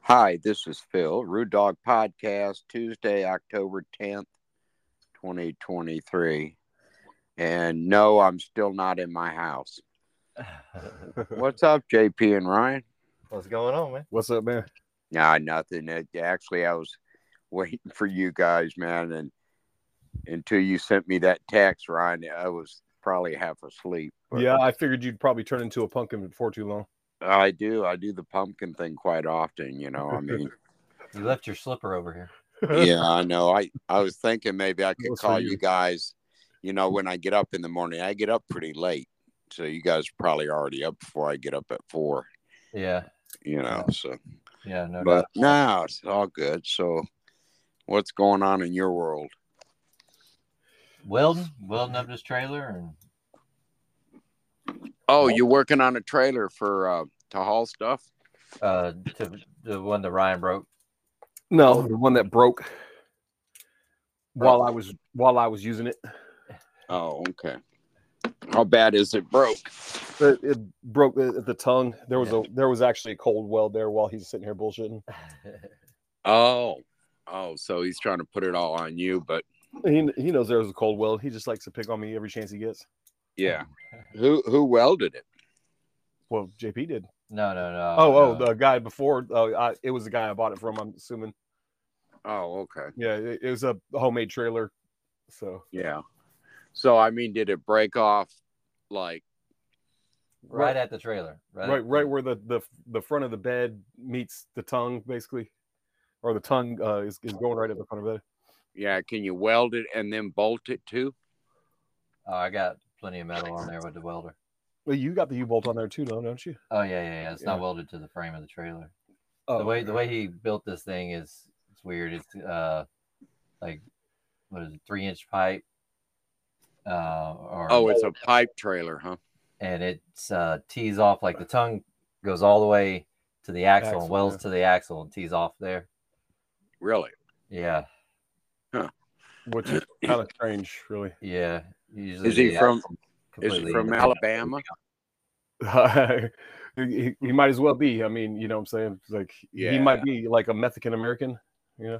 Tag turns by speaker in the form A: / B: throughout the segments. A: Hi, this is Phil, Rude Dog Podcast, Tuesday, October 10th, 2023. And no, I'm still not in my house. What's up, JP and Ryan?
B: What's going on, man?
C: What's up, man?
A: Nah, nothing. It, actually, I was waiting for you guys, man. And until you sent me that text, Ryan, I was probably half asleep. but
C: Yeah, I figured you'd probably turn into a pumpkin before too long.
A: I do. I do the pumpkin thing quite often, you know. I mean,
B: You left your slipper over here.
A: yeah, I know. I I was thinking maybe I could
C: Works for
A: call you.
C: you.
A: guys. You know, when I get up in the morning, I get up pretty late, so you guys are probably already up before I get up at four.
B: Yeah,
A: You know, so
B: yeah, no
A: but
B: doubt.
A: no, it's all good. So, what's going on in your world?
B: Welding, welding up this trailer, and
A: Oh, you're working on a trailer for uh, to haul stuff.
B: uh, to the one that Ryan broke.
C: No, the one that broke while I was while I was using it.
A: Oh, okay. How bad is it broke?
C: It, it broke the, the tongue. There was a there was actually a cold weld there while he's sitting here bullshitting.
A: Oh, oh, so he's trying to put it all on you, but
C: He he knows there was a cold weld. He just likes to pick on me every chance he gets.
A: yeah. Who who welded it?
C: Well, JP did.
B: no, no, no.
C: Oh, oh,
B: no.
C: the guy before. Uh, I, it was the guy I bought it from. I'm assuming.
A: Oh, okay.
C: Yeah, it, it was a homemade trailer. So
A: Yeah. So I mean, did it break off like
B: right,
C: right-
B: at the trailer. Right,
C: right right where the the the front of the bed meets the tongue basically or the tongue uh, is, is going right at the front of the bed
A: yeah, can you weld it and then bolt it too?
B: Oh, I got plenty of metal on there with the welder.
C: well you got the u-bolt on there too though don't you
B: Oh yeah, yeah, yeah. It's not
C: Yeah.
B: welded to the frame of the trailer.
C: oh
B: the way the way he built this thing is it's weird. It's uh, like what is it, three inch pipe? Uh, or
A: Oh, it's a pipe trailer, huh?
B: and it's uh, tees off like the tongue goes all the way to the axle,
C: Axle,
B: and welds
C: yeah.
B: to the axle and tees off there.
A: Really?
B: Yeah,
C: which is kind of strange really
B: yeah. Usually
A: Is he
B: the
A: from-
B: axle
A: Is
B: completely
A: it from
B: independent.
A: Alabama?
C: he, he might as well be i mean you know what i'm saying It's like he
A: Yeah.
C: might be like a mexican american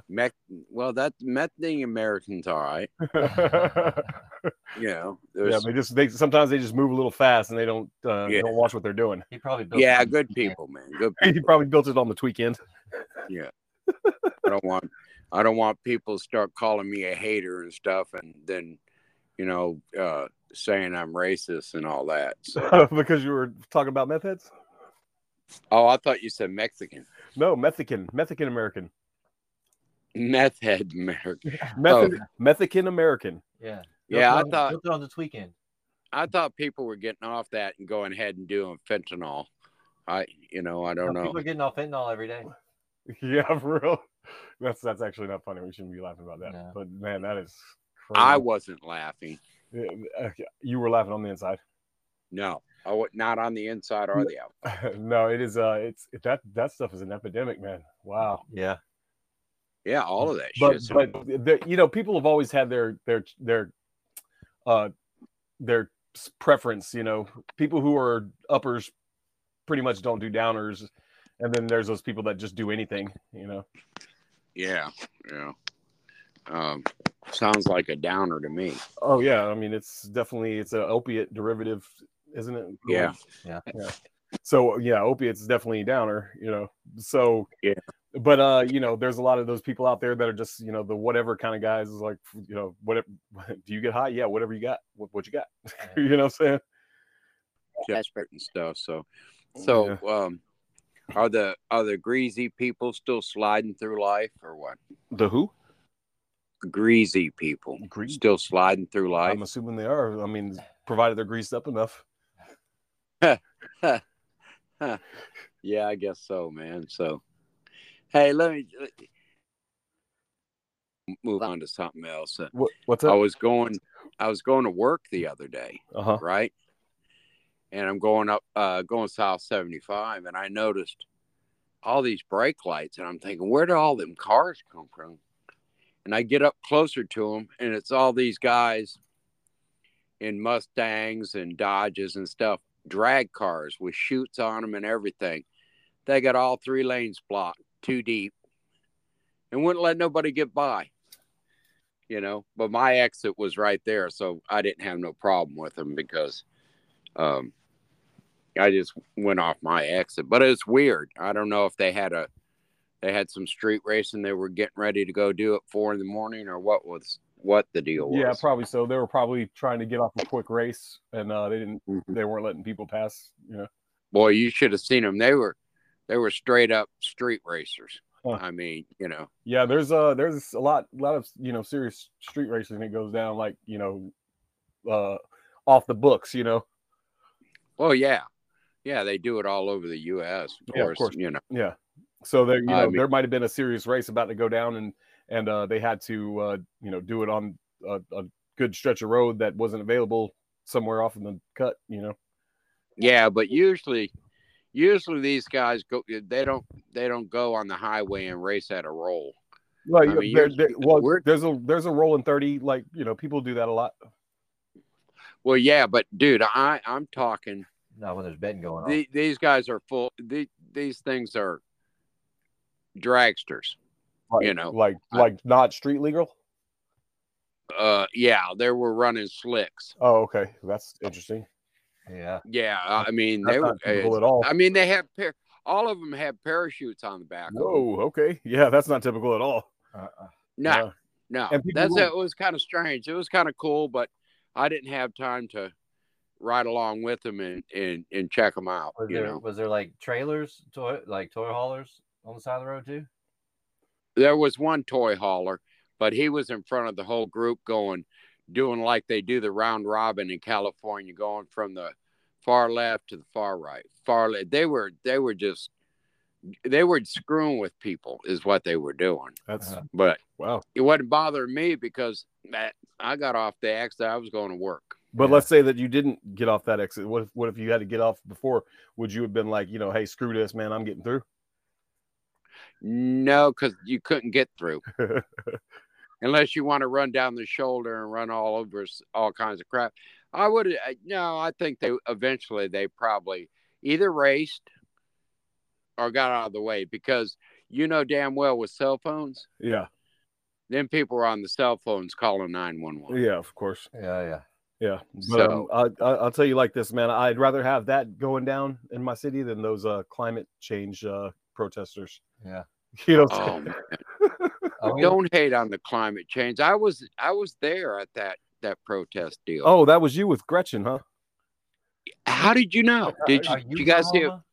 A: Mech- well, that methane Americans, all right.
C: yeah
A: You know, there's
C: they just they sometimes they just move a little fast and they don't uh,
A: Yeah.
C: don't watch what they're doing
B: He probably built
A: yeah,
B: it.
A: good people, man. Good
C: he
A: people.
C: probably built it on the weekend
A: I don't want I don't want people to start calling me a hater and stuff and then, you know, uh saying I'm racist and all that. So
C: because you were talking about meth heads
A: Oh, I thought you said Mexican.
C: no mexican mexican american
A: Meth head American.
C: Method, Mexican American.
B: Yeah, Built
A: Yeah,
B: it
A: I
B: on-
A: thought
B: built it on this weekend.
A: I thought people were getting off that and going ahead and doing fentanyl. I you know, I don't know.
B: People are getting off fentanyl every day.
C: Yeah, for real. That's that's actually not funny. We shouldn't be laughing about that.
B: No.
C: But man, that is
A: I
C: crazy.
A: wasn't laughing.
C: I, you were laughing on the inside.
A: No. I was not on the inside or the outside.
C: no, it is. Uh, it's that that stuff is an epidemic, man. Wow.
B: Yeah,
A: Yeah, all of that
C: But
A: shit.
C: but the, you know, people have always had their their their uh their s- preference. You know, people who are uppers pretty much don't do downers, and then there's those people that just do anything. You know.
A: yeah, yeah. Um sounds like a downer to me.
C: Oh yeah, I mean it's definitely it's an opiate derivative, isn't it?
A: Yeah.
B: Yeah.
C: yeah. So yeah, opiates definitely a downer, you know. So
A: Yeah.
C: but uh, you know, there's a lot of those people out there that are just you know the whatever kind of guys is like you know whatever. Do you get high? Yeah, whatever you got, what, what you got, you know what I'm saying?
A: Desperate and stuff. So so um are the are the greasy people still sliding through life or what?
C: The who?
A: Greasy people
C: Greasy.
A: still sliding through life.
C: I'm assuming they are. I mean, provided they're greased up enough.
A: Yeah, I guess so, man. So, hey, let me let- move on to something else. Uh,
C: What, what's
A: I
C: up?
A: was going, I was going to work the other day,
C: Uh huh.
A: right? And I'm going up, uh, going south 75, and I noticed all these brake lights, and I'm thinking, where do all them cars come from? And I get up closer to them, and it's all these guys in Mustangs and Dodges and stuff, drag cars with chutes on them and everything they got all three lanes blocked too deep and wouldn't let nobody get by. You know, but my exit was right there, so I didn't have no problem with them because um I just went off my exit. But it's weird. I don't know if they had a they had some street racing they were getting ready to go do at four in the morning or what was what the deal was.
C: Yeah, probably so. They were probably trying to get off a quick race, and uh, they didn't.
A: Mhm.
C: They weren't letting people pass. You know,
A: Boy, you should have seen them. They were they were straight up street racers.
C: Huh.
A: I mean, you know,
C: yeah. There's uh, there's a lot, lot of you know serious street racing that goes down, like you know, uh, off the books. You know,
A: well, Oh, yeah, yeah, they do it all over the U.S. Of
C: Yeah,
A: course,
C: of course.
A: you know,
C: yeah. So there, you know,
A: I mean-
C: there might have been a serious race about to go down, and and uh, they had to uh, you know do it on a, a good stretch of road that wasn't available somewhere off in the cut. You know,
A: yeah, but usually, usually these guys go. They don't they don't go on the highway and race at a roll.
C: Right.
A: I
C: yeah,
A: mean,
C: there-
A: you're-
C: there- well,
A: we're-
C: there's a there's a roll in thirty. Like you know, people do that a lot.
A: Well, yeah, but dude, I I'm talking
B: Not when there's betting going on.
A: the, these guys are full. The, these things are dragsters.
C: Like,
A: You know,
C: like
A: Oh, I-
C: like not street legal.
A: Uh, yeah, they were running slicks.
C: Oh, okay, that's interesting.
B: yeah.
A: Yeah, I mean
C: That's
A: they were.
C: not typical at all.
A: I mean they had par- all of them had parachutes on the back. of 'em.
C: Whoa. Okay. Yeah, that's not typical at all.
B: Uh, uh,
A: No,
C: Yeah.
A: no,
C: And people
A: that's
C: were-
A: it. Was kind of strange. It was kind of cool, but I didn't have time to ride along with them and and and check them out.
B: was
A: You
B: there
A: know,
B: was there like trailers, toy like toy haulers on the side of the road too?
A: there was one toy hauler, but he was in front of the whole group going, doing like they do the round robin in California, going from the far left to the far right. Far left. They were they were just they were screwing with people is what they were doing.
C: That's
B: Uh-huh.
A: But
C: wow.
A: it wasn't bothering me because man, I got off the exit. I was going to work.
C: But
B: Yeah.
C: let's say that you didn't get off that exit. What if what if you had to get off before? Would you have been like, you know, hey, screw this, man, I'm getting through?
A: No, because you couldn't get through unless you want to run down the shoulder and run all over s- all kinds of crap. I would uh, no. I think they eventually they probably either raced or got out of the way because you know damn well with cell phones.
C: yeah.
A: Then people are on the cell phones calling nine one one.
C: Yeah. Of course.
B: Yeah, yeah.
C: Yeah, but
A: So-
C: um, I, I, I'll tell you like this, man. I'd rather have that going down in my city than those uh, climate change uh, protesters.
B: Yeah.
C: You know, what I'm
A: Oh,
C: saying?
A: man.
B: I mean,
A: don't hate on the climate change. I was I was there at that that protest deal.
C: oh, that was you with Gretchen, huh?
A: how did you know? Did you,
B: are
A: did you guys see?
B: mama?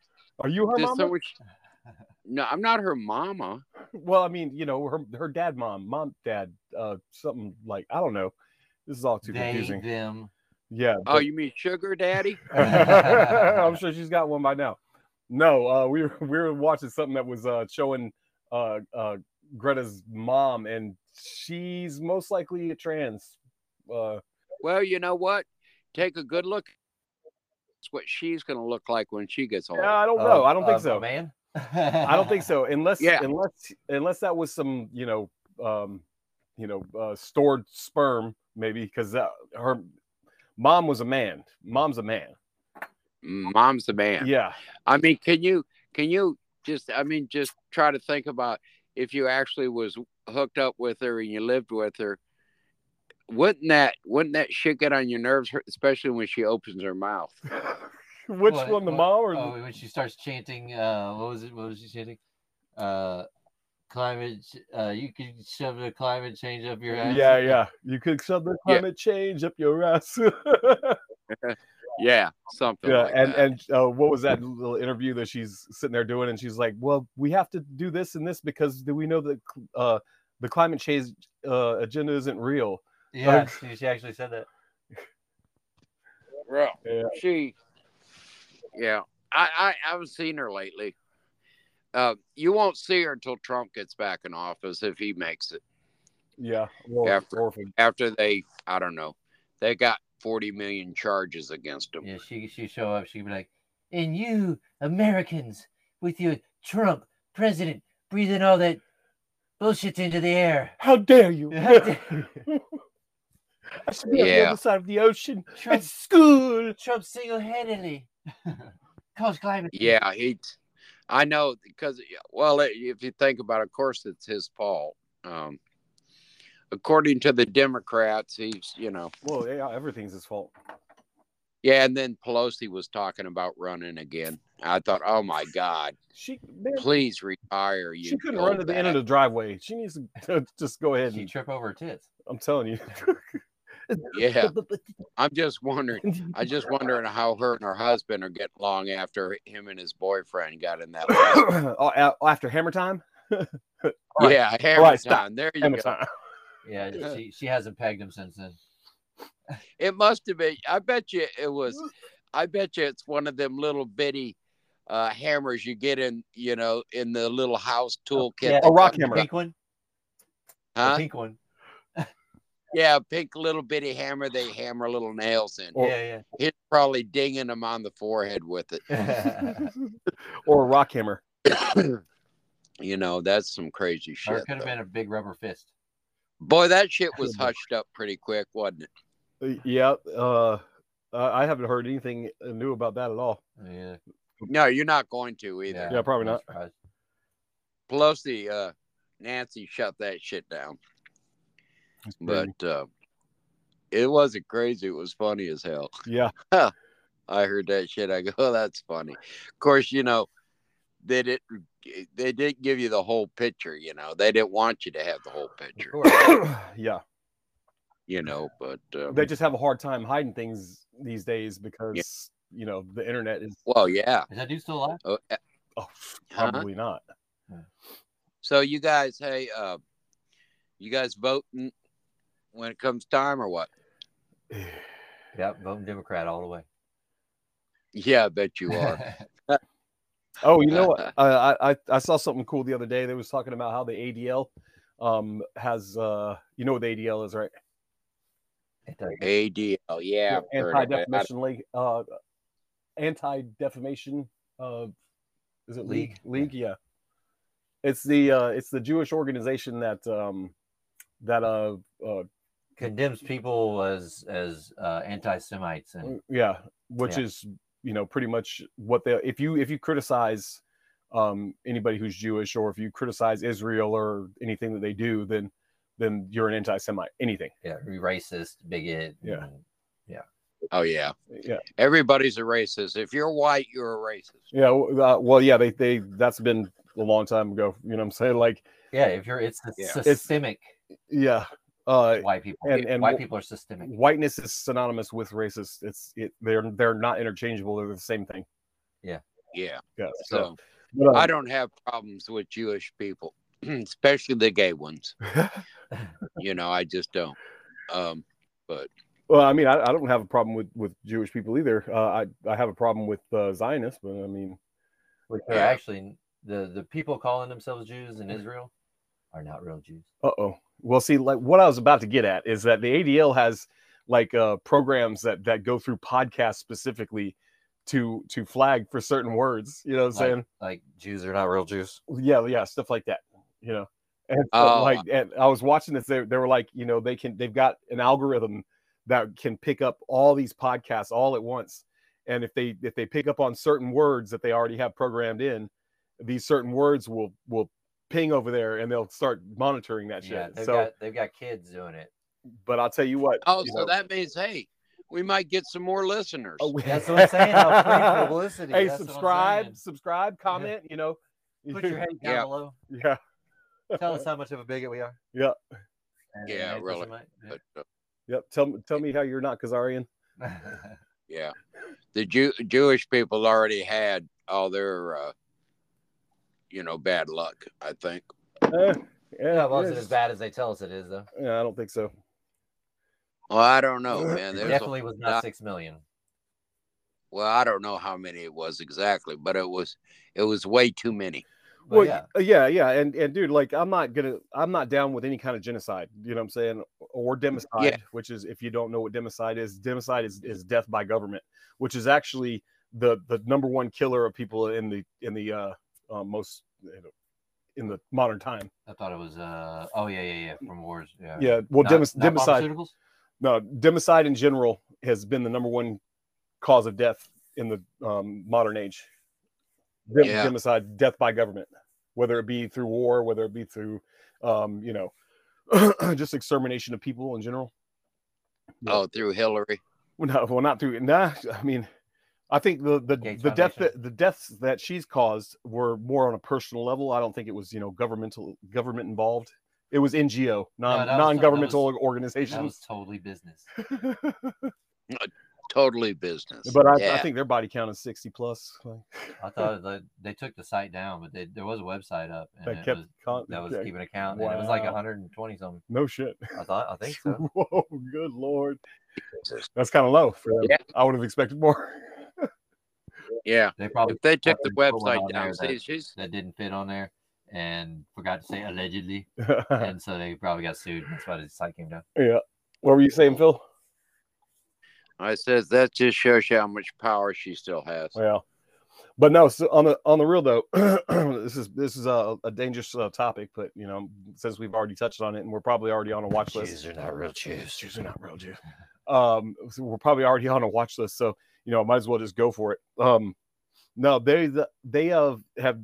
C: Are you her
A: Did
C: mom?
A: someone- No, I'm not her mama.
C: Well, I mean, you know, her her dad, mom, mom, dad, uh, something like I don't know. This is all too
B: They,
C: confusing.
B: them.
C: Yeah.
A: Oh, you mean Sugar Daddy?
C: but- I'm sure she's got one by now. No, uh, we were we were watching something that was uh, showing uh, uh, Greta's mom, and she's most likely a trans. Uh,
A: Well, you know what? Take a good look. That's what she's going to look like when she gets old.
C: Yeah, I don't know.
B: Of-
C: Oh, I don't think
B: of a
C: so.
B: oh, Man.
C: I don't think so. Unless
A: Yeah.
C: unless unless that was some, you know, um, you know, uh, stored sperm maybe cuz her mom was a man. Mom's a man.
A: Mom's the
C: Yeah.
A: man. I mean, can you can you just I mean just try to think about if you actually was hooked up with her and you lived with her. Wouldn't that wouldn't that shit get on your nerves, especially when she opens her mouth?
C: Which
B: What-
C: one the
B: what-
C: mom or the-
B: Oh, when she starts chanting, uh, what was it? What was she chanting? Uh, climate. ch- Uh, you could shove the climate change up your ass.
C: Yeah, yeah. You could shove the
A: Yeah.
C: climate change up your ass.
A: Yeah, something.
C: yeah,
A: like
C: and
A: that.
C: and uh, what was that little interview that she's sitting there doing? And she's like, "Well, we have to do this and this because do we know that cl- uh, the climate change uh, agenda isn't real?"
B: Yeah, she, she actually said that.
A: Well,
C: Yeah.
A: she, yeah, I, I, I haven't seen her lately. Uh, you won't see her until Trump gets back in office if he makes it.
C: Yeah, well,
A: After-
C: orphan.
A: After they, I don't know, they got 40 million charges against him.
B: Yeah, she she show up. She'd be like, "And you Americans with your Trump president breathing all that bullshit into the air."
C: How dare you?
B: How dare
C: I should be on the
A: Yeah.
C: other side of the ocean at
B: Trump,
C: school.
B: Trump single-handedly caused climate. change."
A: Yeah, he, I know because well, if you think about, it, of course, it's his fault. Um, according to the Democrats, he's you know
C: Well, yeah, everything's his fault.
A: yeah, and then Pelosi was talking about running again. I thought, oh my God,
C: She man,
A: please retire. You
C: she couldn't run to the end of the driveway. She needs to just go ahead
B: She
C: and
B: trip over her tits.
C: I'm telling you.
A: yeah. I'm just wondering. I just wondering how her and her husband are getting along after him and his boyfriend got in that. lawsuit.
C: Oh, a- after hammer time? All right.
A: yeah, hammer
C: right, stop.
A: time. There you
C: Hammer
A: go.
C: time.
B: Yeah, she, she hasn't pegged him since then.
A: It must have been. I bet you it was. I bet you it's one of them little bitty uh, hammers you get in, you know, in the little house toolkit.
B: yeah.
A: that
C: A Oh, rock
A: comes-
B: The
C: hammer.
B: pink one, the
A: Huh?
B: pink one.
A: Yeah, a pink little bitty hammer. They hammer little nails in.
C: Or-
B: yeah,
A: He's probably dinging them on the forehead with it.
B: yeah.
C: or a rock hammer.
A: You know, that's some crazy
B: or
A: shit.
B: it could have
A: though.
B: been a big rubber fist.
A: Boy, that shit was
C: Could've been.
A: hushed up pretty quick, wasn't it?
C: Uh, Yeah, uh, I I haven't heard anything new about that at all.
B: Yeah,
A: No, you're not going to either.
C: Mm-hmm. Yeah, probably
B: I'm
C: not.
B: surprised.
A: Pelosi, uh, Nancy shut that shit down. But uh, it wasn't crazy. It was funny as hell.
C: yeah,
A: I heard that shit. I go, oh, that's funny. Of course, you know, they didn't. They didn't give you the whole picture, you know. They didn't want you to have the whole
B: Of
A: picture,
B: course.
C: yeah,
A: you know. But um,
C: they just have a hard time hiding things these days because you know the internet is
A: well, yeah.
B: Is that dude still alive?
A: Oh, uh,
C: oh, probably not.
A: So you guys, hey, uh, you guys voting when it comes time or what?
B: Yeah, voting Democrat all the way.
A: Yeah, I bet you are.
C: Oh, you know what? I, I I saw something cool the other day. They was talking about how the ADL um has uh you know what the ADL is right
B: It does.
A: ADL, yeah. I've heard
C: anti
A: of it. I-
C: defamation league uh anti defamation uh is it league
B: League,
C: league yeah it's the uh it's the Jewish organization that um that uh, uh
B: condemns people as as uh, anti-Semites and
C: yeah which
B: Yeah.
C: is you know pretty much what they if you if you criticize um anybody who's Jewish or if you criticize Israel or anything that they do then then you're an anti-Semite anything
B: yeah, you're racist, bigot.
C: Yeah.
B: and-
A: Oh yeah,
C: yeah
A: everybody's a racist. If you're white, you're a racist.
C: yeah w- uh, well yeah they they that's been a long time ago you know what I'm saying like
B: yeah, if you're it's the
A: Yeah.
C: It's-
B: systemic
C: yeah uh
B: white people.
C: and- and
B: white
C: wh-
B: people are systemic.
C: whiteness is synonymous with racist. It's it, they're they're not interchangeable. They're the same thing.
A: Yeah.
C: Yeah.
A: So
C: but, um,
A: I don't have problems with Jewish people, especially the gay ones. You know, I just don't. Um,
C: well, I mean, I, I don't have a problem with with Jewish people either. Uh, I I have a problem with uh, Zionists, but I mean,
B: Which are
A: Yeah.
B: actually the the people calling themselves Jews in Israel are not real Jews.
C: uh oh. Well, see, like what I was about to get at is that the ADL has like uh, programs that that go through podcasts specifically to to flag for certain words. You know what I'm
B: Like-
C: saying?
B: Like Jews are not real Jews.
C: yeah yeah stuff like that you know and so,
A: Oh.
C: like and i was watching this they, they were like you know they can they've got an algorithm that can pick up all these podcasts all at once and if they if they pick up on certain words that they already have programmed in these certain words will will ping over there and they'll start monitoring that shit
B: Yeah, they've
C: so
B: got they've got kids doing it.
C: but i'll tell you what
A: oh,
C: you
A: so
C: know-
A: that means hey, we might get some more listeners.
C: Oh,
B: That's what I'm saying. How free publicity.
C: hey
B: that's what I'm
C: subscribe
B: saying.
C: subscribe comment you know
B: Put your hand down
A: Yeah.
B: below.
C: yeah
B: Tell us how much of a bigot we are.
C: Yeah.
B: And
A: Yeah,
B: make us
A: really.
B: remind-
A: But, uh,
C: yep tell me tell me how you're not kazarian
A: yeah, the Jew- Jewish people already had all their, uh, you know, bad luck. I think.
C: Eh,
B: yeah,
C: yeah,
B: it wasn't
C: yes.
B: as bad as they tell us it is, though.
C: Yeah, I don't think so.
A: Well, I don't know, man. There's a
B: Definitely was not six million.
A: well, I don't know how many it was exactly, but it was it was way too many.
B: But
C: well,
B: yeah,
C: yeah. yeah, and and dude, like, I'm not gonna, I'm not down with any kind of genocide. You know what I'm saying? Or
B: Mm,
C: democide, which is if you don't know what democide is, democide is, is death by government, which is actually the the number one killer of people in the in the uh, uh most in the modern time.
B: I thought it was. Uh, oh yeah, yeah, yeah. From wars. Yeah.
C: Yeah, well,
B: Not-
C: demis
B: not
C: democide,
B: pharmaceuticals?
C: no, democide in general has been the number one cause of death in the um, modern age. Dem-
A: Yeah.
C: Democide, death by government, whether it be through war, whether it be through, um, you know, just extermination of people in general.
A: Oh, through Hillary.
C: Well, no, well, not through. Nah, I mean, I think the the,
B: Gates
C: the death that,
B: Foundation.
C: the deaths that she's caused were more on a personal level. I don't think it was you know governmental government involved. It was NGO, non
B: that was- that
C: non governmental
B: was- That
C: organizations.
B: was totally business.
A: Totally business.
C: but I,
A: yeah.
C: I think their body count is sixty plus. Like,
B: I thought that they took the site down, but they, there was a website up, and
C: That
B: it
C: kept
B: was,
C: con-
B: that was
C: okay.
B: keeping account, and it was like
C: Wow.
B: 120 something.
C: no shit.
B: I thought, I think so.
C: Whoa, good lord,
A: Jesus.
C: that's kind of low for them.
A: Yeah.
C: I would have expected more.
A: yeah.
B: They probably
A: If they took the
B: Put one on
A: website down,
B: there
A: see,
B: that-
A: she's
B: that didn't fit on there, and forgot to say allegedly,
C: yeah.
B: and so they probably got sued. That's why the site came down.
C: What were you saying, Phil?
A: I says that just shows you how much power she still has.
C: Well, but no. So on the on the real though, this is this is a, a dangerous uh, topic. But you know, since we've already touched on it, and we're probably already on a watch list.
B: Jews are not real Jews.
C: Jews are not real Jews. Um, so we're probably already on a watch list, so you know, might as well just go for it. Um, no, they the, they have have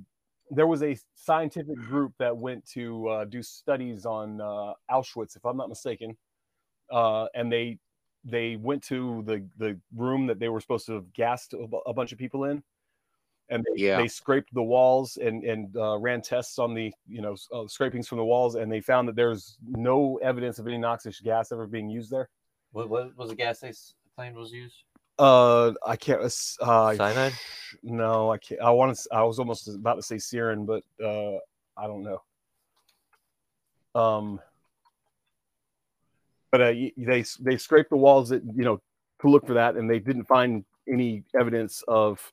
C: there was a scientific group that went to uh, do studies on uh, Auschwitz, if I'm not mistaken, uh, and they they went to the the room that they were supposed to have gassed a, bu- a bunch of people in, and they,
A: Yeah.
C: they scraped the walls and and uh, ran tests on the you know s- uh, scrapings from the walls, and they found that there's no evidence of any noxious gas ever being used there.
B: What, what was the gas they s- claimed was used?
C: Uh, I can't. it's, Uh,
B: Cyanide?
C: No, I can't. I want to. I was almost about to say Siren, but uh, I don't know. Um, but uh, y- they they scraped the walls that you know to look for that, and they didn't find any evidence of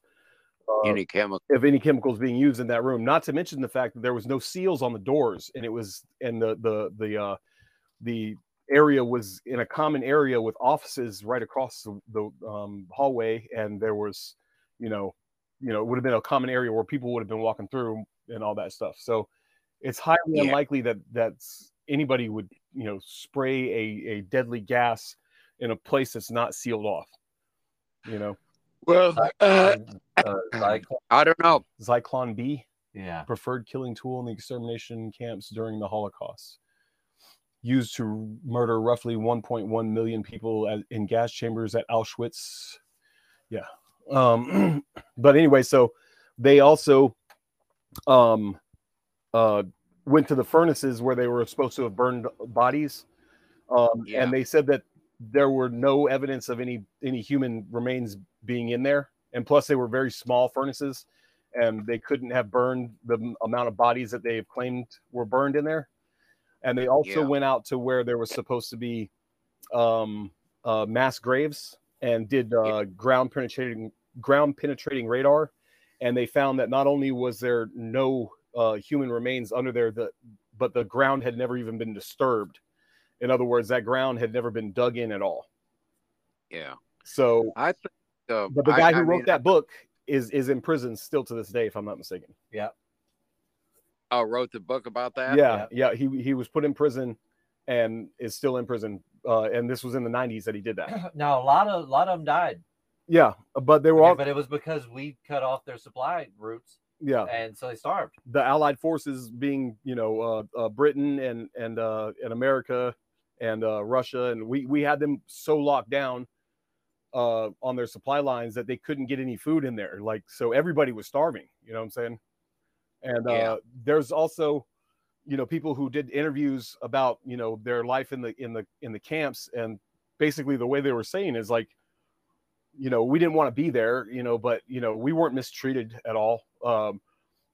C: uh,
A: Any chemical.
C: of any chemicals being used in that room. Not to mention the fact that there was no seals on the doors, and it was and the the the uh, the area was in a common area with offices right across the, the um, hallway, and there was you know you know it would have been a common area where people would have been walking through and all that stuff. So it's highly
A: Yeah.
C: unlikely that that's anybody would you know spray a, a deadly gas in a place that's not sealed off. You know,
A: Well, uh,
B: Uh, like-
A: I don't know.
C: Zyklon B.
B: yeah.
C: preferred killing tool in the extermination camps during the Holocaust. Used to murder roughly 1.1 million people at, in gas chambers at Auschwitz. Yeah. Um, but anyway, so they also um, uh, went to the furnaces where they were supposed to have burned bodies. Um,
A: Yeah.
C: And they said that there were no evidence of any any human remains being in there. And plus, they were very small furnaces and they couldn't have burned the m- amount of bodies that they've claimed were burned in there. And they also
A: Yeah.
C: went out to where there was supposed to be um, uh, mass graves and did uh, ground penetrating ground penetrating radar, and they found that not only was there no uh, human remains under there, that but the ground had never even been disturbed. In other words, that ground had never been dug in at all.
A: Yeah.
C: So,
A: I think. Uh,
C: but the
A: I-
C: guy who
A: I
C: wrote
A: mean,
C: that book is is in prison still to this day, if I'm not mistaken.
A: uh, wrote the book about that.
C: yeah, yeah. He he was put in prison and is still in prison. Uh, and this was in the 90s that he did that.
B: No, a lot of a lot of them died,
C: Yeah, but they were
B: Okay,
C: all
B: but it was because we cut off their supply routes,
C: yeah.
B: and so they starved.
C: The Allied forces being you know uh, uh, Britain and and uh, and America and uh, Russia and we we had them so locked down uh, on their supply lines that they couldn't get any food in there. Like so, everybody was starving. You know what I'm saying? And uh,
A: Yeah.
C: there's also you know people who did interviews about you know their life in the in the in the camps and basically the way they were saying is like you know we didn't want to be there you know but you know we weren't mistreated at all um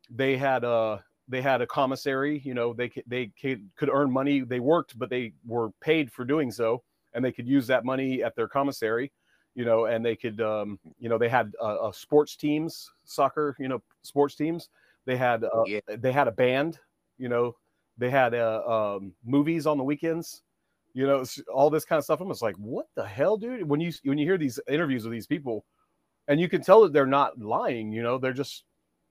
C: they had a they had a commissary you know they c- they c- could earn money they worked but they were paid for doing so and they could use that money at their commissary you know and they could um you know they had uh, uh, sports teams soccer you know sports teams they had uh,
A: Yeah.
C: they had a band you know they had uh, um, movies on the weekends you know s- all this kind of stuff i'm just like what the hell dude when you when you hear these interviews with these people and you can tell that they're not lying you know they're just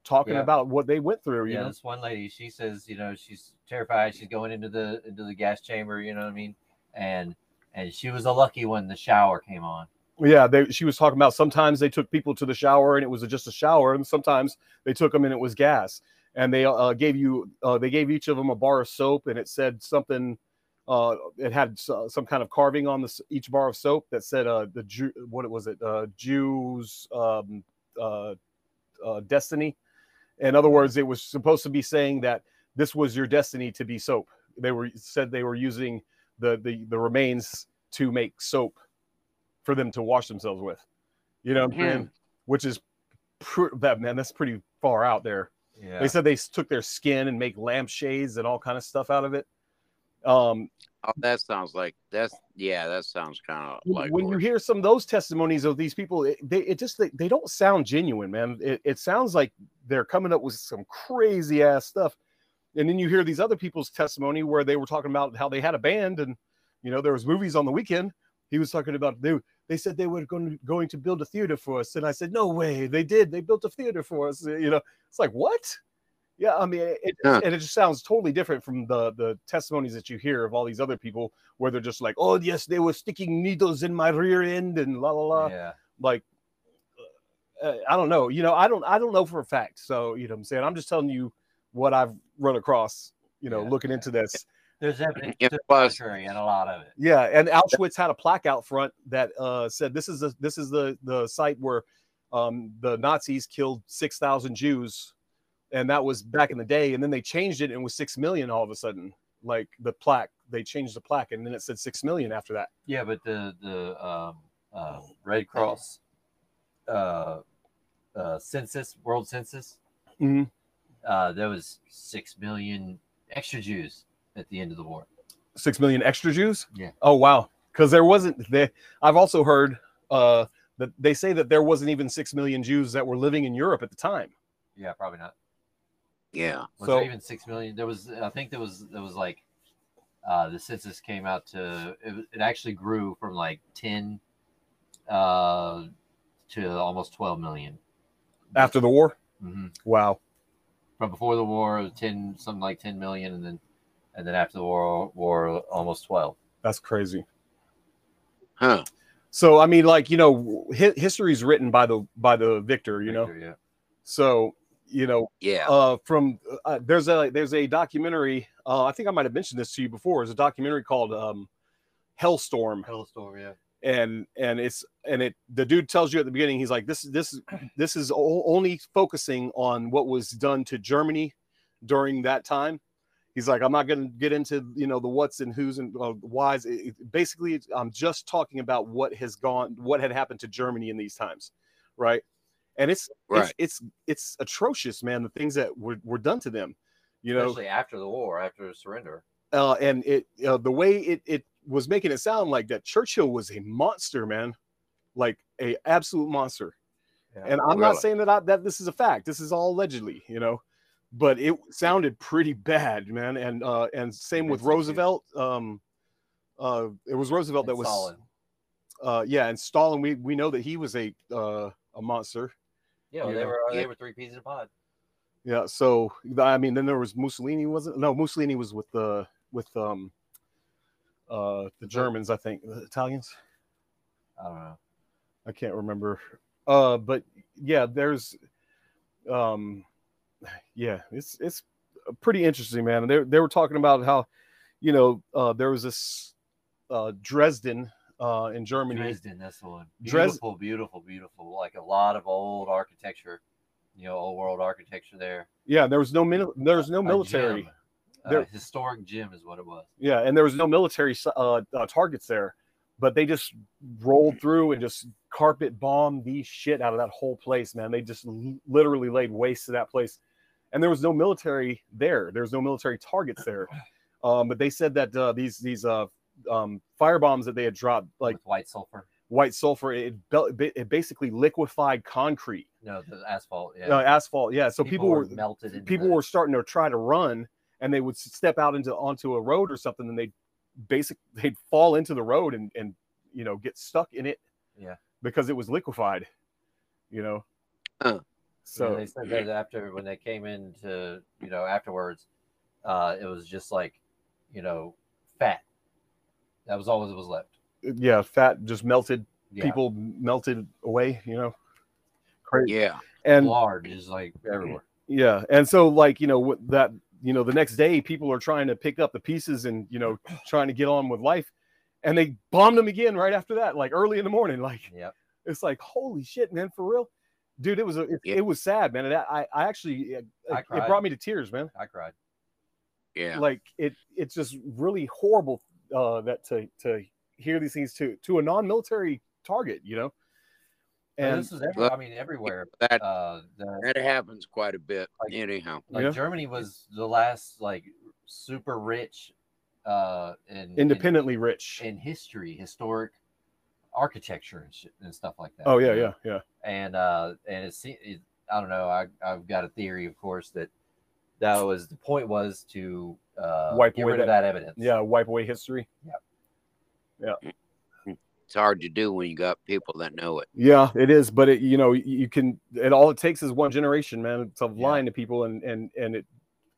C: talking
B: Yeah.
C: about what they went through you
B: Yeah,
C: know
B: this one lady, she says, you know, she's terrified. She's going into the into the gas chamber. You know what I mean? And and she was a lucky one. The shower came on.
C: yeah, they, she was talking about sometimes they took people to the shower and it was just a shower, and sometimes they took them and it was gas. And they uh, gave you, uh, they gave each of them a bar of soap, and it said something. Uh, it had so- some kind of carving on this each bar of soap that said uh, the Jew, what was it, uh, Jews' um, uh, uh, destiny. In other words, it was supposed to be saying that this was your destiny to be soap. They were said they were using the the, the remains to make soap for them to wash themselves with. You know what I'm
A: Hmm.
C: saying? Which is pr- that man, that's pretty far out there.
B: Yeah.
C: They said they s- took their skin and make lampshades and all kind of stuff out of it. Um,
A: Oh, that sounds like that's yeah, that sounds kind of
C: when-
A: like
C: when you
A: horse-
C: hear some of those testimonies of these people, it, they it just they, they don't sound genuine, man. It, it sounds like they're coming up with some crazy ass stuff, and then you hear these other people's testimony where they were talking about how they had a band and you know there was movies on the weekend. He was talking about they they said they were going to, going to build a theater for us, and I said no way they did. They built a theater for us. You know, it's like what? Yeah, I mean, it,
A: Huh.
C: and it just sounds totally different from the the testimonies that you hear of all these other people where they're just like, oh yes, they were sticking needles in my rear end and la la la.
B: yeah.
C: Like, uh, I don't know. You know, I don't I don't know for a fact. So you know, what I'm saying I'm just telling you what I've run across. You know,
B: Yeah.
C: looking into this.
B: There's evidence
A: Yeah,
B: to the
A: plus-
B: contrary in a lot of it.
C: Yeah, and Auschwitz had a plaque out front that uh, said, "This is the this is the the site where um, the Nazis killed six thousand Jews." And that was back in the day, and then they changed it, and it was six million all of a sudden. Like the plaque, they changed the plaque, and then it said six million after that.
B: Yeah, but the the um, uh, Red Cross uh, uh, census, world census,
C: Mm-hmm.
B: uh, there was six million extra Jews at the end of the war.
C: six million extra Jews.
B: Yeah.
C: Oh wow, because there wasn't. They, I've also heard uh, that they say that there wasn't even six million Jews that were living in Europe at the time.
B: Yeah, probably not.
A: yeah.
B: Was
C: So-
B: there even six million? There was, I think there was, there was like, uh, the census came out to, it, was- it actually grew from like 10 uh, to almost 12 million.
C: After the war,
B: hmm
C: wow,
B: From before the war, it was 10, something like 10 million. And then, and then after the war, war almost 12.
C: that's crazy.
A: Huh.
C: So I mean, like you know, hi- history's written by the by the victor. You know,
B: Victor, yeah.
C: so you know,
A: Yeah.
C: uh, from uh, there's a there's a documentary. Uh, I think I might have mentioned this to you before. It's a documentary called um, Hellstorm.
B: Hellstorm, yeah.
C: and and it's and it the dude tells you at the beginning he's like this this this is o- only focusing on what was done to germany during that time he's like i'm not going to get into you know the what's and who's and uh, why's It- it- basically it's- i'm just talking about what has gone what had happened to germany in these times right and it's
A: Right.
C: it's, it's it's atrocious man the things that were, were done to them you know
B: Especially after the war, after the surrender.
C: uh, and it uh, the way it it was making it sound like that Churchill was a monster, man, like a absolute monster.
B: Yeah.
C: And I'm
A: Really?
C: not saying that I, that this is a fact. This is all allegedly, you know, but it sounded pretty bad, man. And uh, and same with
B: Convincing, too.
C: Roosevelt. Um, uh, it was Roosevelt that
B: And
C: was
B: Stalin.
C: uh, yeah, and Stalin. We we know that he was a uh, a monster.
B: Yeah, well,
C: Yeah.
B: they were
A: Yeah.
B: they were three peas in a pod.
C: Yeah. So I mean, then there was Mussolini, wasn't? No, Mussolini was with the with um uh the Germans, I think, the Italians.
B: I don't know.
C: I can't remember. Uh, but yeah, there's, um, yeah, it's it's pretty interesting, man. They they were talking about how, you know, uh, there was this uh, Dresden uh, in Germany.
B: Dresden, that's the one.
C: Dres-
B: Beautiful, beautiful, beautiful. Like a lot of old architecture, you know, old world architecture there.
C: Yeah, there was no mil- there was no
B: A
C: military.
B: gym. A
C: There-
B: historic gym is what it was.
C: Yeah, and there was no military uh, uh, targets there, but they just rolled through and just carpet bombed the shit out of that whole place, man. They just l- literally laid waste to that place, and there was no military there. There was no military targets there, um, but they said that uh, these these uh, um, fire bombs that they had dropped, like
B: with white sulfur.
C: white sulfur, it bel- it basically liquefied concrete,
B: No, the asphalt. Yeah.
C: uh, asphalt. Yeah, so people, were
B: melted. Into
C: people
B: the-
C: were starting to try to run and they would step out into onto a road or something and they'd basic they'd fall into the road and and you know get stuck in it
B: Yeah.
C: because it was liquefied you know
A: Huh.
B: you know,
C: so
B: they said that after when they came in to you know afterwards, uh, it was just like, you know, fat. That was all that was left.
C: yeah uh, fat just melted
B: Yeah.
C: people melted away, you know. Crazy.
A: Yeah.
C: And
B: lard is like everywhere.
C: yeah, and so like, you know, with that you know, the next day people are trying to pick up the pieces and, you know, trying to get on with life and they bombed them again right after that, like early in the morning, like
B: Yep.
C: it's like holy shit, man, for real. Dude, it was a, it,
A: Yeah.
C: it was sad, man. And I, I actually it,
B: I
C: it
B: cried.
C: brought me to tears, man.
B: I cried.
A: Yeah.
C: like it it's just really horrible uh that to to hear these things to to a non-military target you know
B: And
C: and
B: this is every, I mean everywhere.
A: That
B: Uh, the,
A: that happens quite a bit. Anyhow.
B: like
C: Yeah.
B: Germany was the last like super rich uh in
C: independently rich
B: in, in history, historic architecture and, shit, and stuff like that.
C: oh yeah
B: you know?
C: yeah yeah
B: and uh and it, se- it i don't know i i've got a theory of course that that was the point was to uh
C: Wipe
B: get
C: away
B: rid of that evidence
C: yeah wipe away history
A: It's hard to do when you got people that know it.
C: yeah it is but it you know you- you can and all it takes is one generation man to
B: Yeah.
C: lying to people and and and it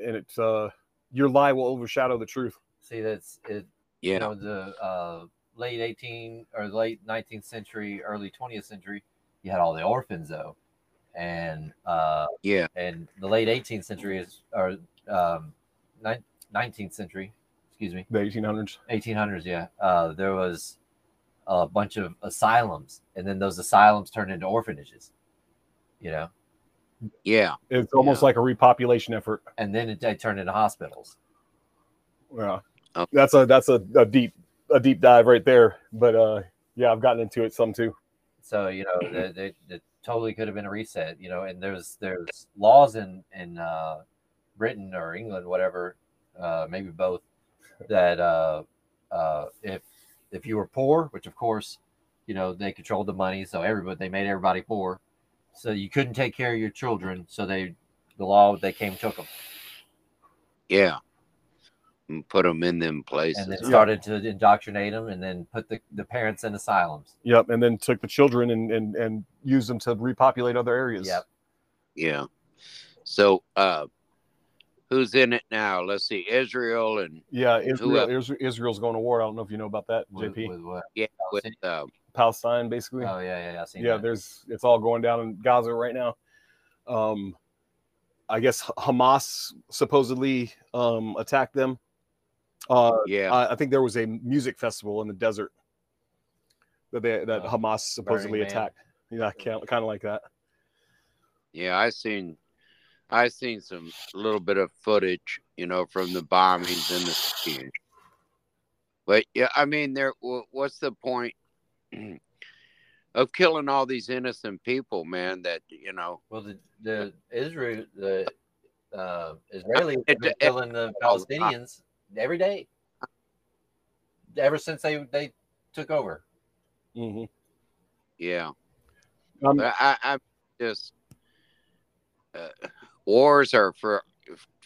C: and it's uh your lie will overshadow the truth
B: see that's it
A: Yeah.
B: you know the uh late 18 or late 19th century early 20th century you had all the orphans though and uh
A: Yeah.
B: and the late 18th century is or um nine- 19th century excuse me
C: the 1800s
B: 1800s yeah uh, there was a bunch of asylums and then those asylums turned into orphanages you know
A: Yeah.
C: it's almost
A: Yeah.
C: like a repopulation effort
B: and then it, they turned into hospitals
C: yeah
A: Oh.
C: that's a that's a, a deep a deep dive right there but uh yeah i've gotten into it some too
B: so you know
C: Mm-hmm.
B: they, they, they totally could have been a reset you know and there's there's laws in in uh, britain or england whatever uh, maybe both that uh, uh, if if you were poor which of course you know they controlled the money so everybody they made everybody poor so you couldn't take care of your children so they the law they came and took them
A: Yeah. And put them in them places.
B: and then
C: Yeah.
B: started to indoctrinate them and then put the, the parents in asylums
C: Yep, and then took the children and and and used them to repopulate other areas.
B: Yep.
A: Yeah. So, uh, who's in it now? Let's see. Israel and
C: Yeah, Israel,
A: else?
C: Is- Israel's going to war. I don't know if you know about that,
B: with,
C: JP.
B: with what
A: yeah, with
B: Palestinian-
A: uh,
C: Palestine, basically.
B: oh yeah yeah yeah, I seen
C: yeah,
B: that.
C: there's it's all going down in Gaza right now. Um, I guess Hamas supposedly um attacked them. Uh,
A: yeah,
C: I, I think there was a music festival in the desert that they that
B: Oh,
C: Hamas supposedly
B: Man.
C: attacked. Yeah, kind of like that.
A: yeah. I seen, I seen some little bit of footage, you know, from the bombings in the city. But yeah, I mean, there. wha- What's the point of killing all these innocent people, man? That you know,
B: well the the israel the uh israelis have
A: It-
B: been
A: it-
B: killing the
A: all the time.
B: palestinians every day ever since they they took over
C: hmm
A: yeah.
C: Um,
A: But I, I I'm just uh, wars are for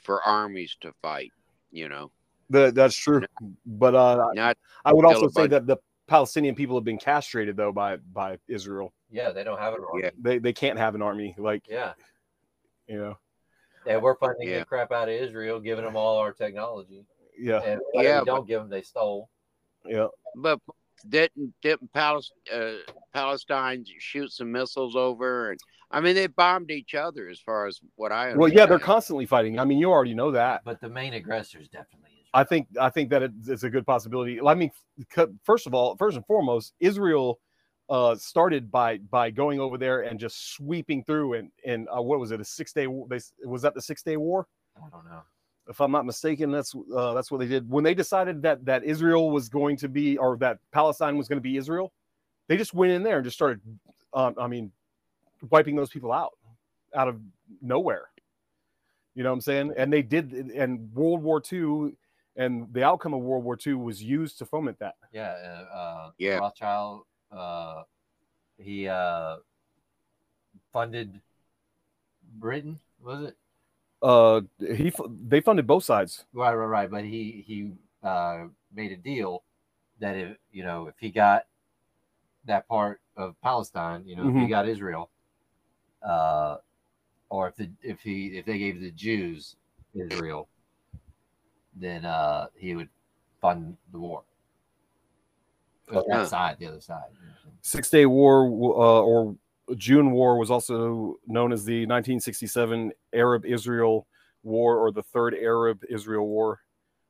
A: for armies to fight. You know,
C: the, that's true, but uh,
A: not
C: I would
A: Kill
C: also
A: a
C: say
A: bunch.
C: that the Palestinian people have been castrated though by by Israel.
B: yeah they don't have an army.
A: Yeah.
C: They they can't have an army like
B: yeah
C: you know
B: and we're funding
A: Yeah.
B: the crap out of israel giving them all our technology
C: yeah
B: and what
A: Yeah,
B: we don't give them they stole
C: yeah
A: but didn't didn't Palestine uh, Palestine shoot some missiles over? And I mean, they bombed each other, as far as what I
C: well yeah they're
A: understand.
C: constantly fighting. I mean you already know that.
B: but the main aggressor is definitely israel
C: I think I think that it's it's a good possibility. I mean c- first of all first and foremost Israel uh started by by going over there and just sweeping through and and uh, what was it a six day wa- they s- was that the six day war
B: i don't know
C: if I'm not mistaken, that's uh, that's what they did when they decided that that Israel was going to be or that Palestine was going to be Israel. They just went in there and just started, um, I mean, wiping those people out out of nowhere. You know what I'm saying? And they did, and World War II and the outcome of World War II was used to foment that.
B: Yeah, uh, uh,
A: Yeah.
B: Rothschild. Uh, he uh, funded Britain, was it?
C: Uh, he fu- they funded both sides.
B: Right, right, right. But he he uh, made a deal that if you know if he got that part of Palestine, you know, if he
C: Mhm.
B: got Israel, uh, or if the if he if they gave the Jews Israel, then uh, he would fund the war. uh,
A: Yeah.
B: that side, the other side.
C: Six Day War uh, or June War was also known as the 1967 Arab Israel War or the Third Arab Israel War,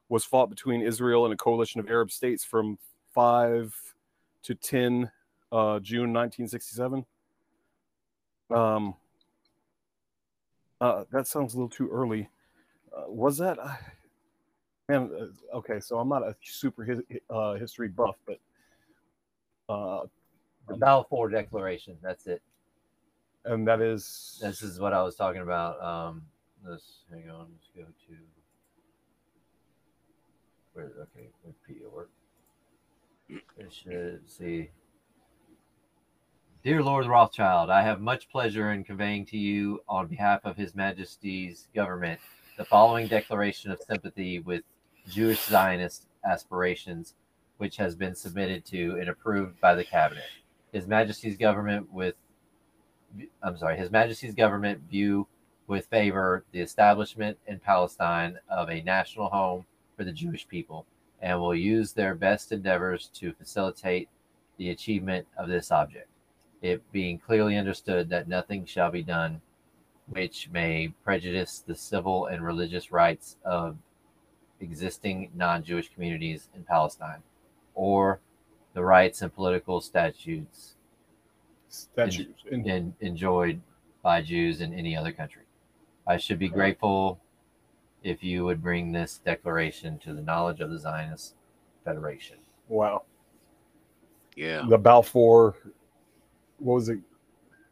C: was fought between Israel and a coalition of Arab states from 5 to 10 uh, June 1967. Um, uh, that sounds a little too early. Uh, was that? man, uh, okay, so I'm not a super his, uh, history buff, but uh,
B: The Balfour Declaration. That's it.
C: and that is
B: This is what I was talking about. Um, let's hang on. Let's go to where? Okay, Wikipedia work. It should see. Dear Lord Rothschild, I have much pleasure in conveying to you, on behalf of His Majesty's government, the following declaration of sympathy with Jewish Zionist aspirations, which has been submitted to and approved by the cabinet. His Majesty's government with I'm sorry, His Majesty's government view with favor the establishment in Palestine of a national home for the Jewish people and will use their best endeavors to facilitate the achievement of this object, it being clearly understood that nothing shall be done which may prejudice the civil and religious rights of existing non Jewish communities in Palestine or the rights and political statutes
C: statues. And,
B: and enjoyed by Jews in any other country. I should be grateful if you would bring this declaration to the knowledge of the Zionist Federation.
C: wow,
A: Yeah.
C: the Balfour, what was it?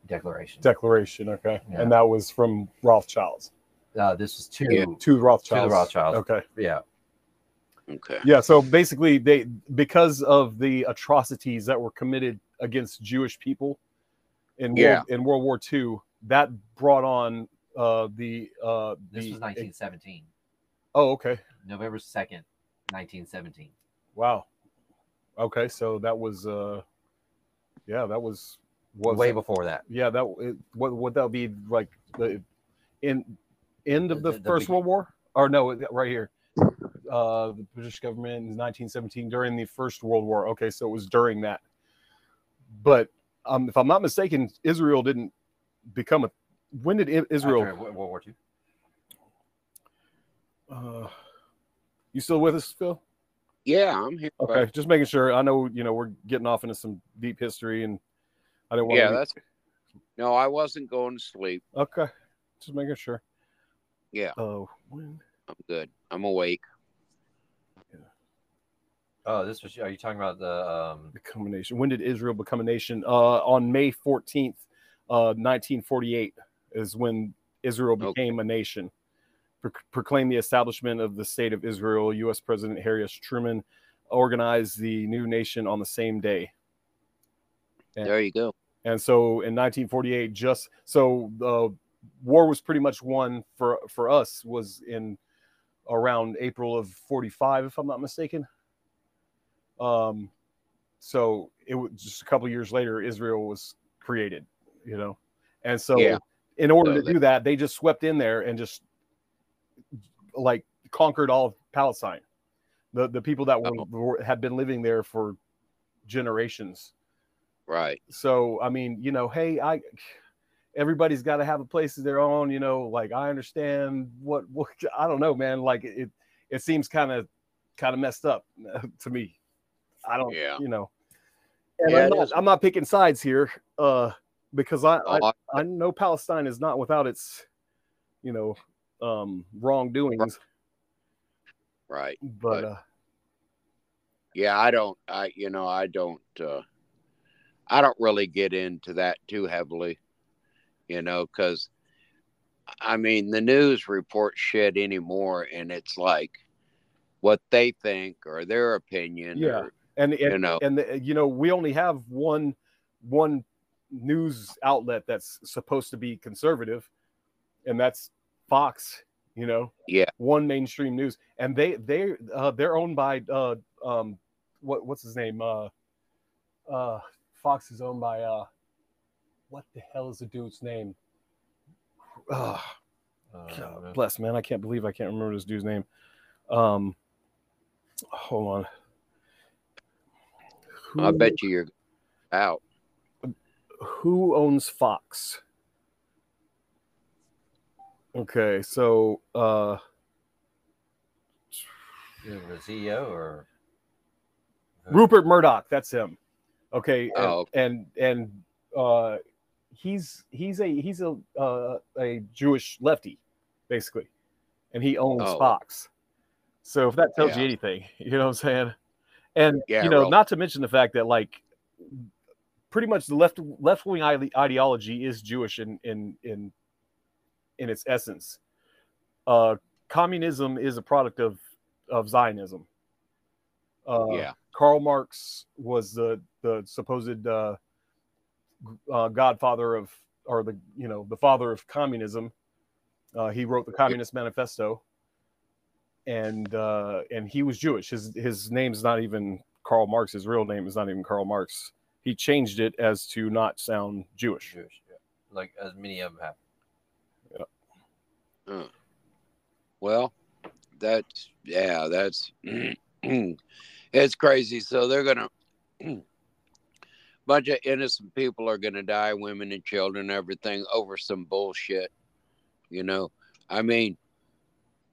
B: Declaration.
C: Declaration. Okay,
B: Yeah.
C: and that was from Rothschilds
B: Uh, this is two.
A: Yeah.
B: Yeah.
C: to Rothschilds.
B: Rothschilds.
C: Okay,
A: Okay.
C: yeah. So basically, they because of the atrocities that were committed against Jewish people in
A: Yeah.
C: World, in World War II, that brought on uh, the uh,
B: This
C: the-
B: was 1917,
C: Oh, okay.
B: November 2nd, 1917.
C: Wow. Okay, so that was uh, yeah, that was was
B: Way before that.
C: yeah that it, what would that be like the in end of the,
B: The- the
C: first
B: big-
C: world war or no it- right here uh the british government in 1917 during the first world war okay so it was during that but um if i'm not mistaken israel didn't become a when did I-
B: After
C: israel
B: Wo- World War II.
C: uh, you still with us phil
A: Yeah, I'm here.
C: okay
A: bud.
C: just making sure i know you know we're getting off into some deep history and i don't want
A: Yeah,
C: to
A: that's no, I wasn't going to sleep.
C: okay just making sure
A: Yeah,
C: oh when
A: I'm good. I'm awake.
B: Oh, this was. Are you talking about the? Um,
C: become a nation. When did Israel become a nation? Uh, on May 14th, uh, 1948 is when Israel
A: Okay.
C: became a nation. Pro- proclaimed the establishment of the state of Israel, U.S. President Harry S. Truman organized the new nation on the same day. Yeah.
A: There you go.
C: And so in 1948, just so the war was pretty much won for for us was in around April of 45, if I'm not mistaken. Um, so it was just a couple years later, Israel was created, you know, and so
A: Yeah.
C: in order
A: So
C: to
A: they-
C: do that, they just swept in there and just like conquered all of Palestine. The the people that were,
A: Uh-oh.
C: were had been living there for generations
A: Right.
C: so i mean you know hey i everybody's got to have a place of their own you know like i understand what what i don't know man like it it seems kind of kind of messed up to me i don't
A: Yeah.
C: you know and
A: Yeah,
C: I'm,
A: it
C: not,
A: is.
C: I'm not picking sides here uh because I, I
A: Oh,
C: i know palestine is not without its you know um wrongdoings
A: right.
C: but uh
A: Yeah, I don't. I you know I don't. uh I don't really get into that too heavily, you know, because I mean the news reports shit anymore, and it's like what they think or their opinion.
C: Yeah.
A: or-
C: and and
A: you know.
C: and the, you know we only have one one news outlet that's supposed to be conservative and that's fox you know
A: Yeah.
C: one mainstream news and they they uh, they're owned by uh um what what's his name uh uh fox is owned by uh what the hell is the dude's name uh,
B: uh,
C: God bless man i can't believe i can't remember this dude's name um hold on
A: I bet you you're out.
C: Who owns Fox? Okay, so uh,
B: Is it a CEO E or
C: Rupert Murdoch, that's him. Okay, and
A: Uh-huh. Oh.
C: and, and uh, he's he's a he's a uh, a Jewish lefty, basically, and he owns
A: Oh.
C: Fox. So if that tells you
A: Yeah.
C: anything, you know what I'm saying. And
A: Yeah,
C: you know,
A: well-
C: not to mention the fact that like pretty much the left left wing ideology is Jewish in in in in its essence. Uh, communism is a product of of Zionism. Uh,
A: yeah.
C: Karl Marx was the the supposed uh, g- uh, godfather of, or the you know the father of communism. Uh, he wrote the Communist Manifesto, and uh, and he was Jewish. His his name's not even Karl Marx. His real name is not even Karl Marx. He changed it as to not sound Jewish.
B: Jewish? Yeah. Like as many of them have.
A: Well, that's yeah, that's it's crazy. So they're gonna bunch of innocent people are gonna die, women and children, everything over some bullshit. You know, I mean,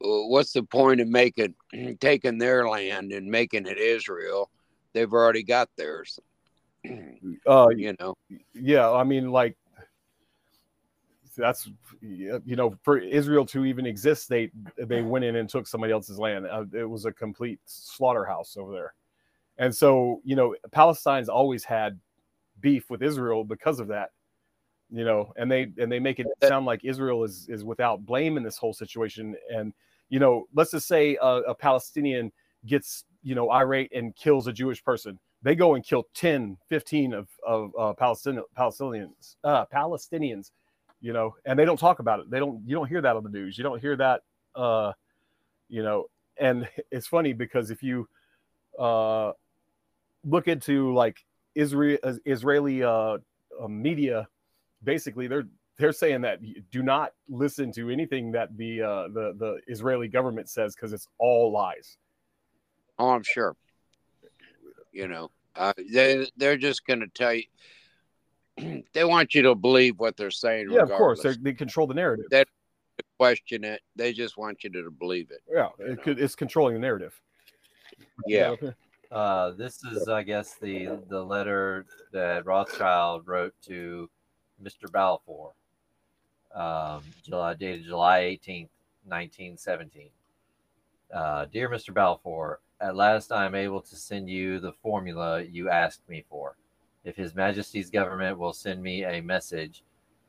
A: uh, what's the point of making taking their land and making it Israel? They've already got theirs.
C: Uh,
A: you know,
C: yeah, I mean, like that's you know, for Israel to even exist, they they went in and took somebody else's land. Uh, it was a complete slaughterhouse over there, and so you know, Palestine's always had beef with Israel because of that. You know, and they and they make it sound like Israel is is without blame in this whole situation. And you know, let's just say a, a Palestinian gets you know irate and kills a Jewish person they go and kill 10 15 of, of uh, Palestin- palestinians uh, palestinians you know and they don't talk about it they don't you don't hear that on the news you don't hear that uh, you know and it's funny because if you uh, look into like israel israeli uh, uh, media basically they're they're saying that you do not listen to anything that the uh, the the israeli government says because it's all lies
A: oh, I'm sure. You know, uh, they they're just gonna tell you. They want you to believe what they're saying.
C: yeah of course
A: regardless.
C: They're- they control the narrative
A: question it. They just want you to believe it.
C: yeah it could, it's controlling the narrative
A: Yeah.
B: Uh, this is, I guess, the the letter that Rothschild wrote to Mr. Balfour, um, July, dated July eighteenth, nineteen seventeen. Uh, Dear Mr. Balfour, at last I am able to send you the formula you asked me for. If His Majesty's government will send me a message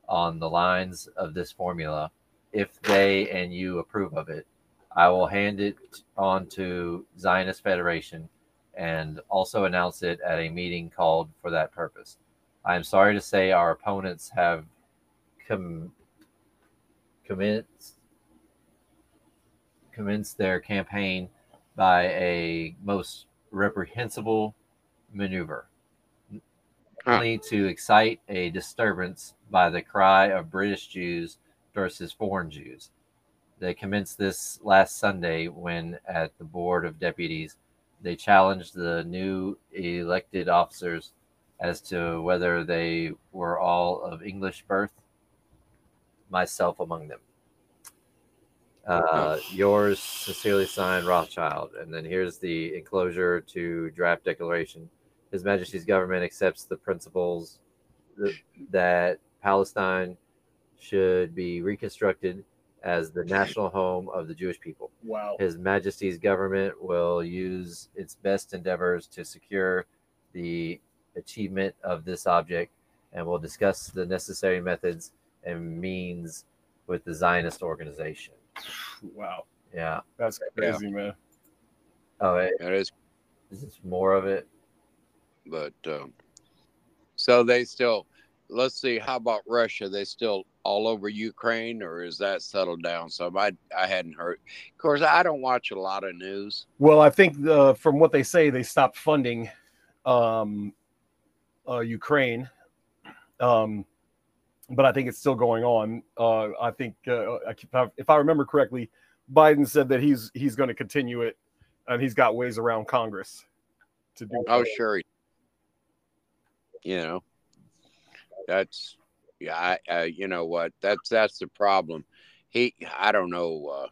B: on the lines of this formula, if they and you approve of it, I will hand it on to Zionist Federation and also announce it at a meeting called for that purpose. I am sorry to say our opponents have com- commenced commenced their campaign by a most reprehensible maneuver,
A: Huh.
B: only to excite a disturbance by the cry of British Jews versus foreign Jews. They commenced this last Sunday when, at the Board of Deputies, they challenged the new elected officers as to whether they were all of English birth, myself among them. Uh, yours sincerely signed, Rothschild. And then here's the enclosure to draft declaration. His Majesty's government accepts the principles th- that Palestine should be reconstructed as the national home of the Jewish people.
C: Wow.
B: His Majesty's government will use its best endeavors to secure the achievement of this object and will discuss the necessary methods and means with the Zionist organization.
C: Wow.
B: Yeah.
C: That's crazy, man.
B: Oh, wait,
A: That is,
B: is this more of it?
A: but um, so they still. Let's see. How about Russia? They still all over Ukraine, or is that settled down? So I I hadn't heard. Of course, I don't watch a lot of news.
C: Well, I think uh, from what they say, they stopped funding um, uh, Ukraine, um, but I think it's still going on. Uh, I think, uh, I keep- if I remember correctly, Biden said that he's he's going to continue it, and he's got ways around Congress to do.
A: Oh, sure. you know that's yeah I, uh, you know what that's that's the problem he i don't know uh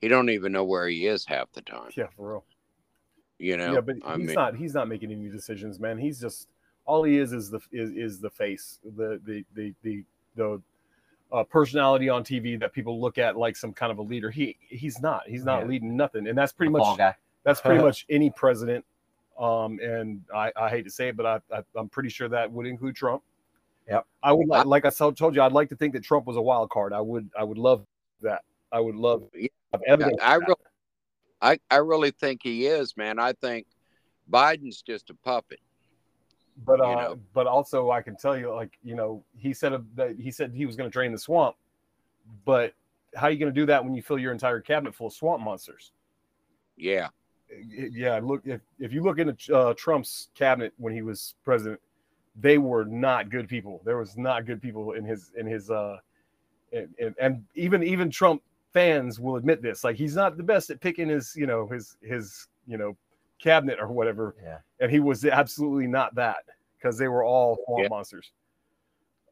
A: he don't even know where he is half the time
C: Yeah, for real.
A: you know
C: yeah, but he's
A: I mean-
C: not. He's not making any decisions, man. He's just all he is is the is, is the face, the the the the the uh, personality on TV that people look at like some kind of a leader. He he's not. He's not
B: Yeah.
C: leading nothing, and that's pretty
B: The fall
C: much
B: guy.
C: that's pretty much any president. Um, and I, I hate to say it, but I, I I'm pretty sure that would include Trump.
B: Yep.
C: I would like like I so- told you, I'd like to think that Trump was a wild card. I would I would love that. I would love.
A: Yeah. I,
C: evidence
A: I,
C: that.
A: re- I I really think he is, man. I think Biden's just a puppet.
C: but
A: you
C: uh,
A: know.
C: but also I can tell you, like you know, he said a, that he said he was going to drain the swamp, but how you going to do that when you fill your entire cabinet full of swamp monsters?
A: Yeah,
C: Y- Yeah, look if if you look into uh, Trump's cabinet when he was president, they were not good people. There was not good people in his in his uh, and, and, and even even Trump fans will admit this. Like he's not the best at picking his you know his his you know cabinet or whatever
B: Yeah.
C: and he was absolutely not that because they were all swamp
A: Yeah.
C: monsters.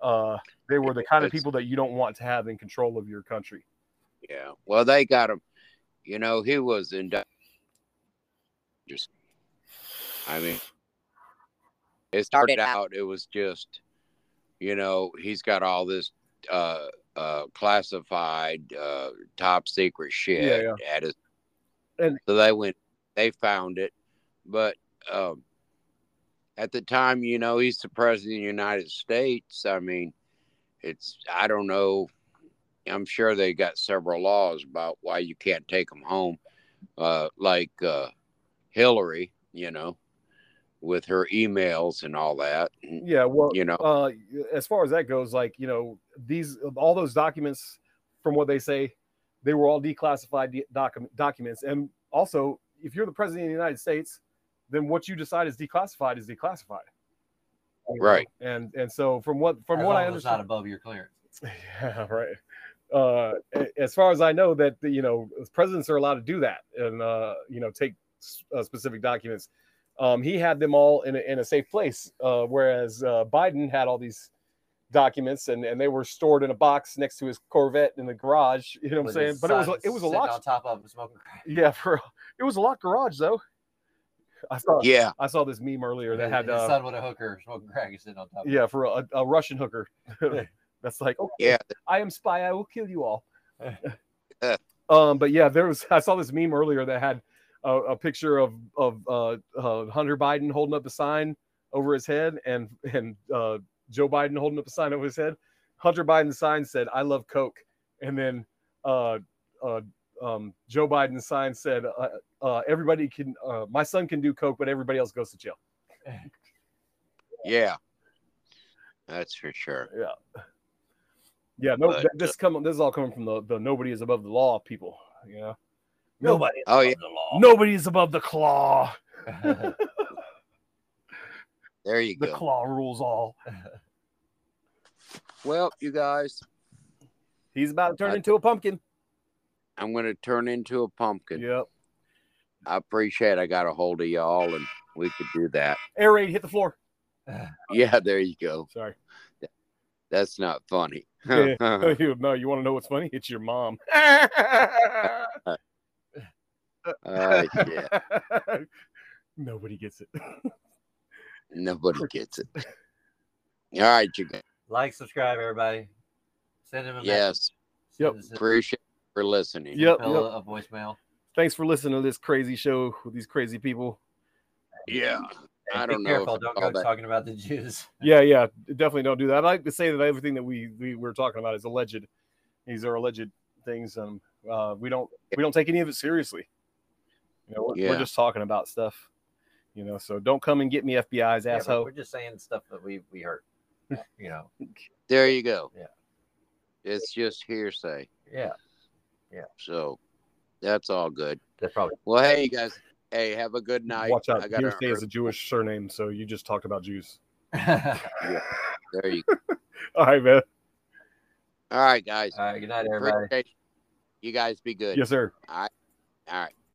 C: Uh, they were the kind of
A: It's-
C: people that you don't want to have in control of your country.
A: yeah. Well, they got him. You know, he was in. Just, I mean, it started out. It was just, you know, he's got all this uh, uh, classified, uh, top secret shit
C: Yeah,
A: at his.
C: And-
A: so they went. They found it, but um, at the time, you know, he's the president of the United States. I mean, it's I don't know. I'm sure they got several laws about why you can't take them home, uh, like uh, Hillary, you know, with her emails and all that. And,
C: Yeah, well,
A: you know,
C: uh, as far as that goes, like you know, these all those documents, from what they say, they were all declassified de- docu- documents. And also, if you're the president of the United States, then what you decide is declassified is declassified. You know?
A: Right.
C: And and so from what from
B: As
C: what
B: long
C: I
B: as it's not
C: understand,
B: above your clearance.
C: Yeah, right. Uh, a- as far as I know, that you know, presidents are allowed to do that and uh, you know take s- uh, specific documents. Um, he had them all in a, in a safe place, uh, whereas uh, Biden had all these documents and, and they were stored in a box next to his Corvette in the garage. You know what I'm
B: With
C: saying?
B: his
C: But it was
B: son
C: a- it was a
B: sitting
C: locked
B: on top of him smoking crack.
C: yeah, for it was a locked garage though. I saw
A: yeah,
C: I saw this meme earlier that had
B: his
C: uh,
B: son with a hooker smoking crack and sitting on top.
C: yeah for a, a Russian hooker. That's like okay,
A: yeah,
C: I am spy. I will kill you all. um, but yeah, there was. I saw this meme earlier that had a, a picture of of uh, uh, Hunter Biden holding up a sign over his head, and and uh, Joe Biden holding up a sign over his head. Hunter Biden's sign said, "I love Coke," and then uh, uh, um, Joe Biden's sign said, uh, uh, "Everybody can. Uh, my son can do Coke, but everybody else goes to jail."
A: yeah. That's for sure.
C: Yeah, no,
A: But, uh,
C: th- this come. This is all coming from the the nobody is above the law people. You know,
B: Nobody
A: Oh yeah,
B: the law.
C: nobody is above the claw.
A: there you
C: the
A: go.
C: claw rules all.
A: well, you guys,
C: He's about to turn
A: I-
C: into a pumpkin.
A: I'm gonna turn into a pumpkin.
C: Yep.
A: I appreciate I got a hold of y'all, and we could do that.
C: Air raid hit the floor.
A: Yeah, there you go.
C: Sorry.
A: That's not funny.
C: Yeah.
A: Uh-huh.
C: no, you want to know what's funny? It's your mom.
A: Uh, yeah,
C: Nobody gets it.
A: nobody gets it. All right, you guys.
B: like, subscribe, everybody. Send him a message.
A: Yes,
C: Yep.
B: Send us a-
A: appreciate you for listening.
C: Yep,
B: a-
C: yep.
B: a voicemail.
C: Thanks for listening to this crazy show with these crazy people.
A: Yeah. I
B: And
A: don't know
B: be careful.
A: if I
B: Don't
A: call
B: go
A: that-
B: talking about the Jews.
C: Yeah, yeah. Definitely don't do that. I'd like to say that everything that we, we were talking about is alleged. These are alleged things. Um, uh, we don't we don't take any of it seriously. You know, we're, we're
A: Yeah.
C: just talking about stuff. You know, so don't come and get me FBI's
B: Yeah, but
C: asshole.
B: we're just saying stuff that we we heard. You know.
A: There you go.
B: Yeah.
A: It's just hearsay.
B: Yeah.
A: So that's all good.
B: That's probably
A: Well, hey, you guys. Hey, have a good night.
C: Watch out.
A: I got
C: Hearsay is a Jewish surname, so you just talked about Jews.
B: all
A: There you go.
C: All right, man.
A: All right, guys.
B: right. Good night, everybody.
A: Appreciate you. you guys be good.
C: Yes, sir.
A: All right.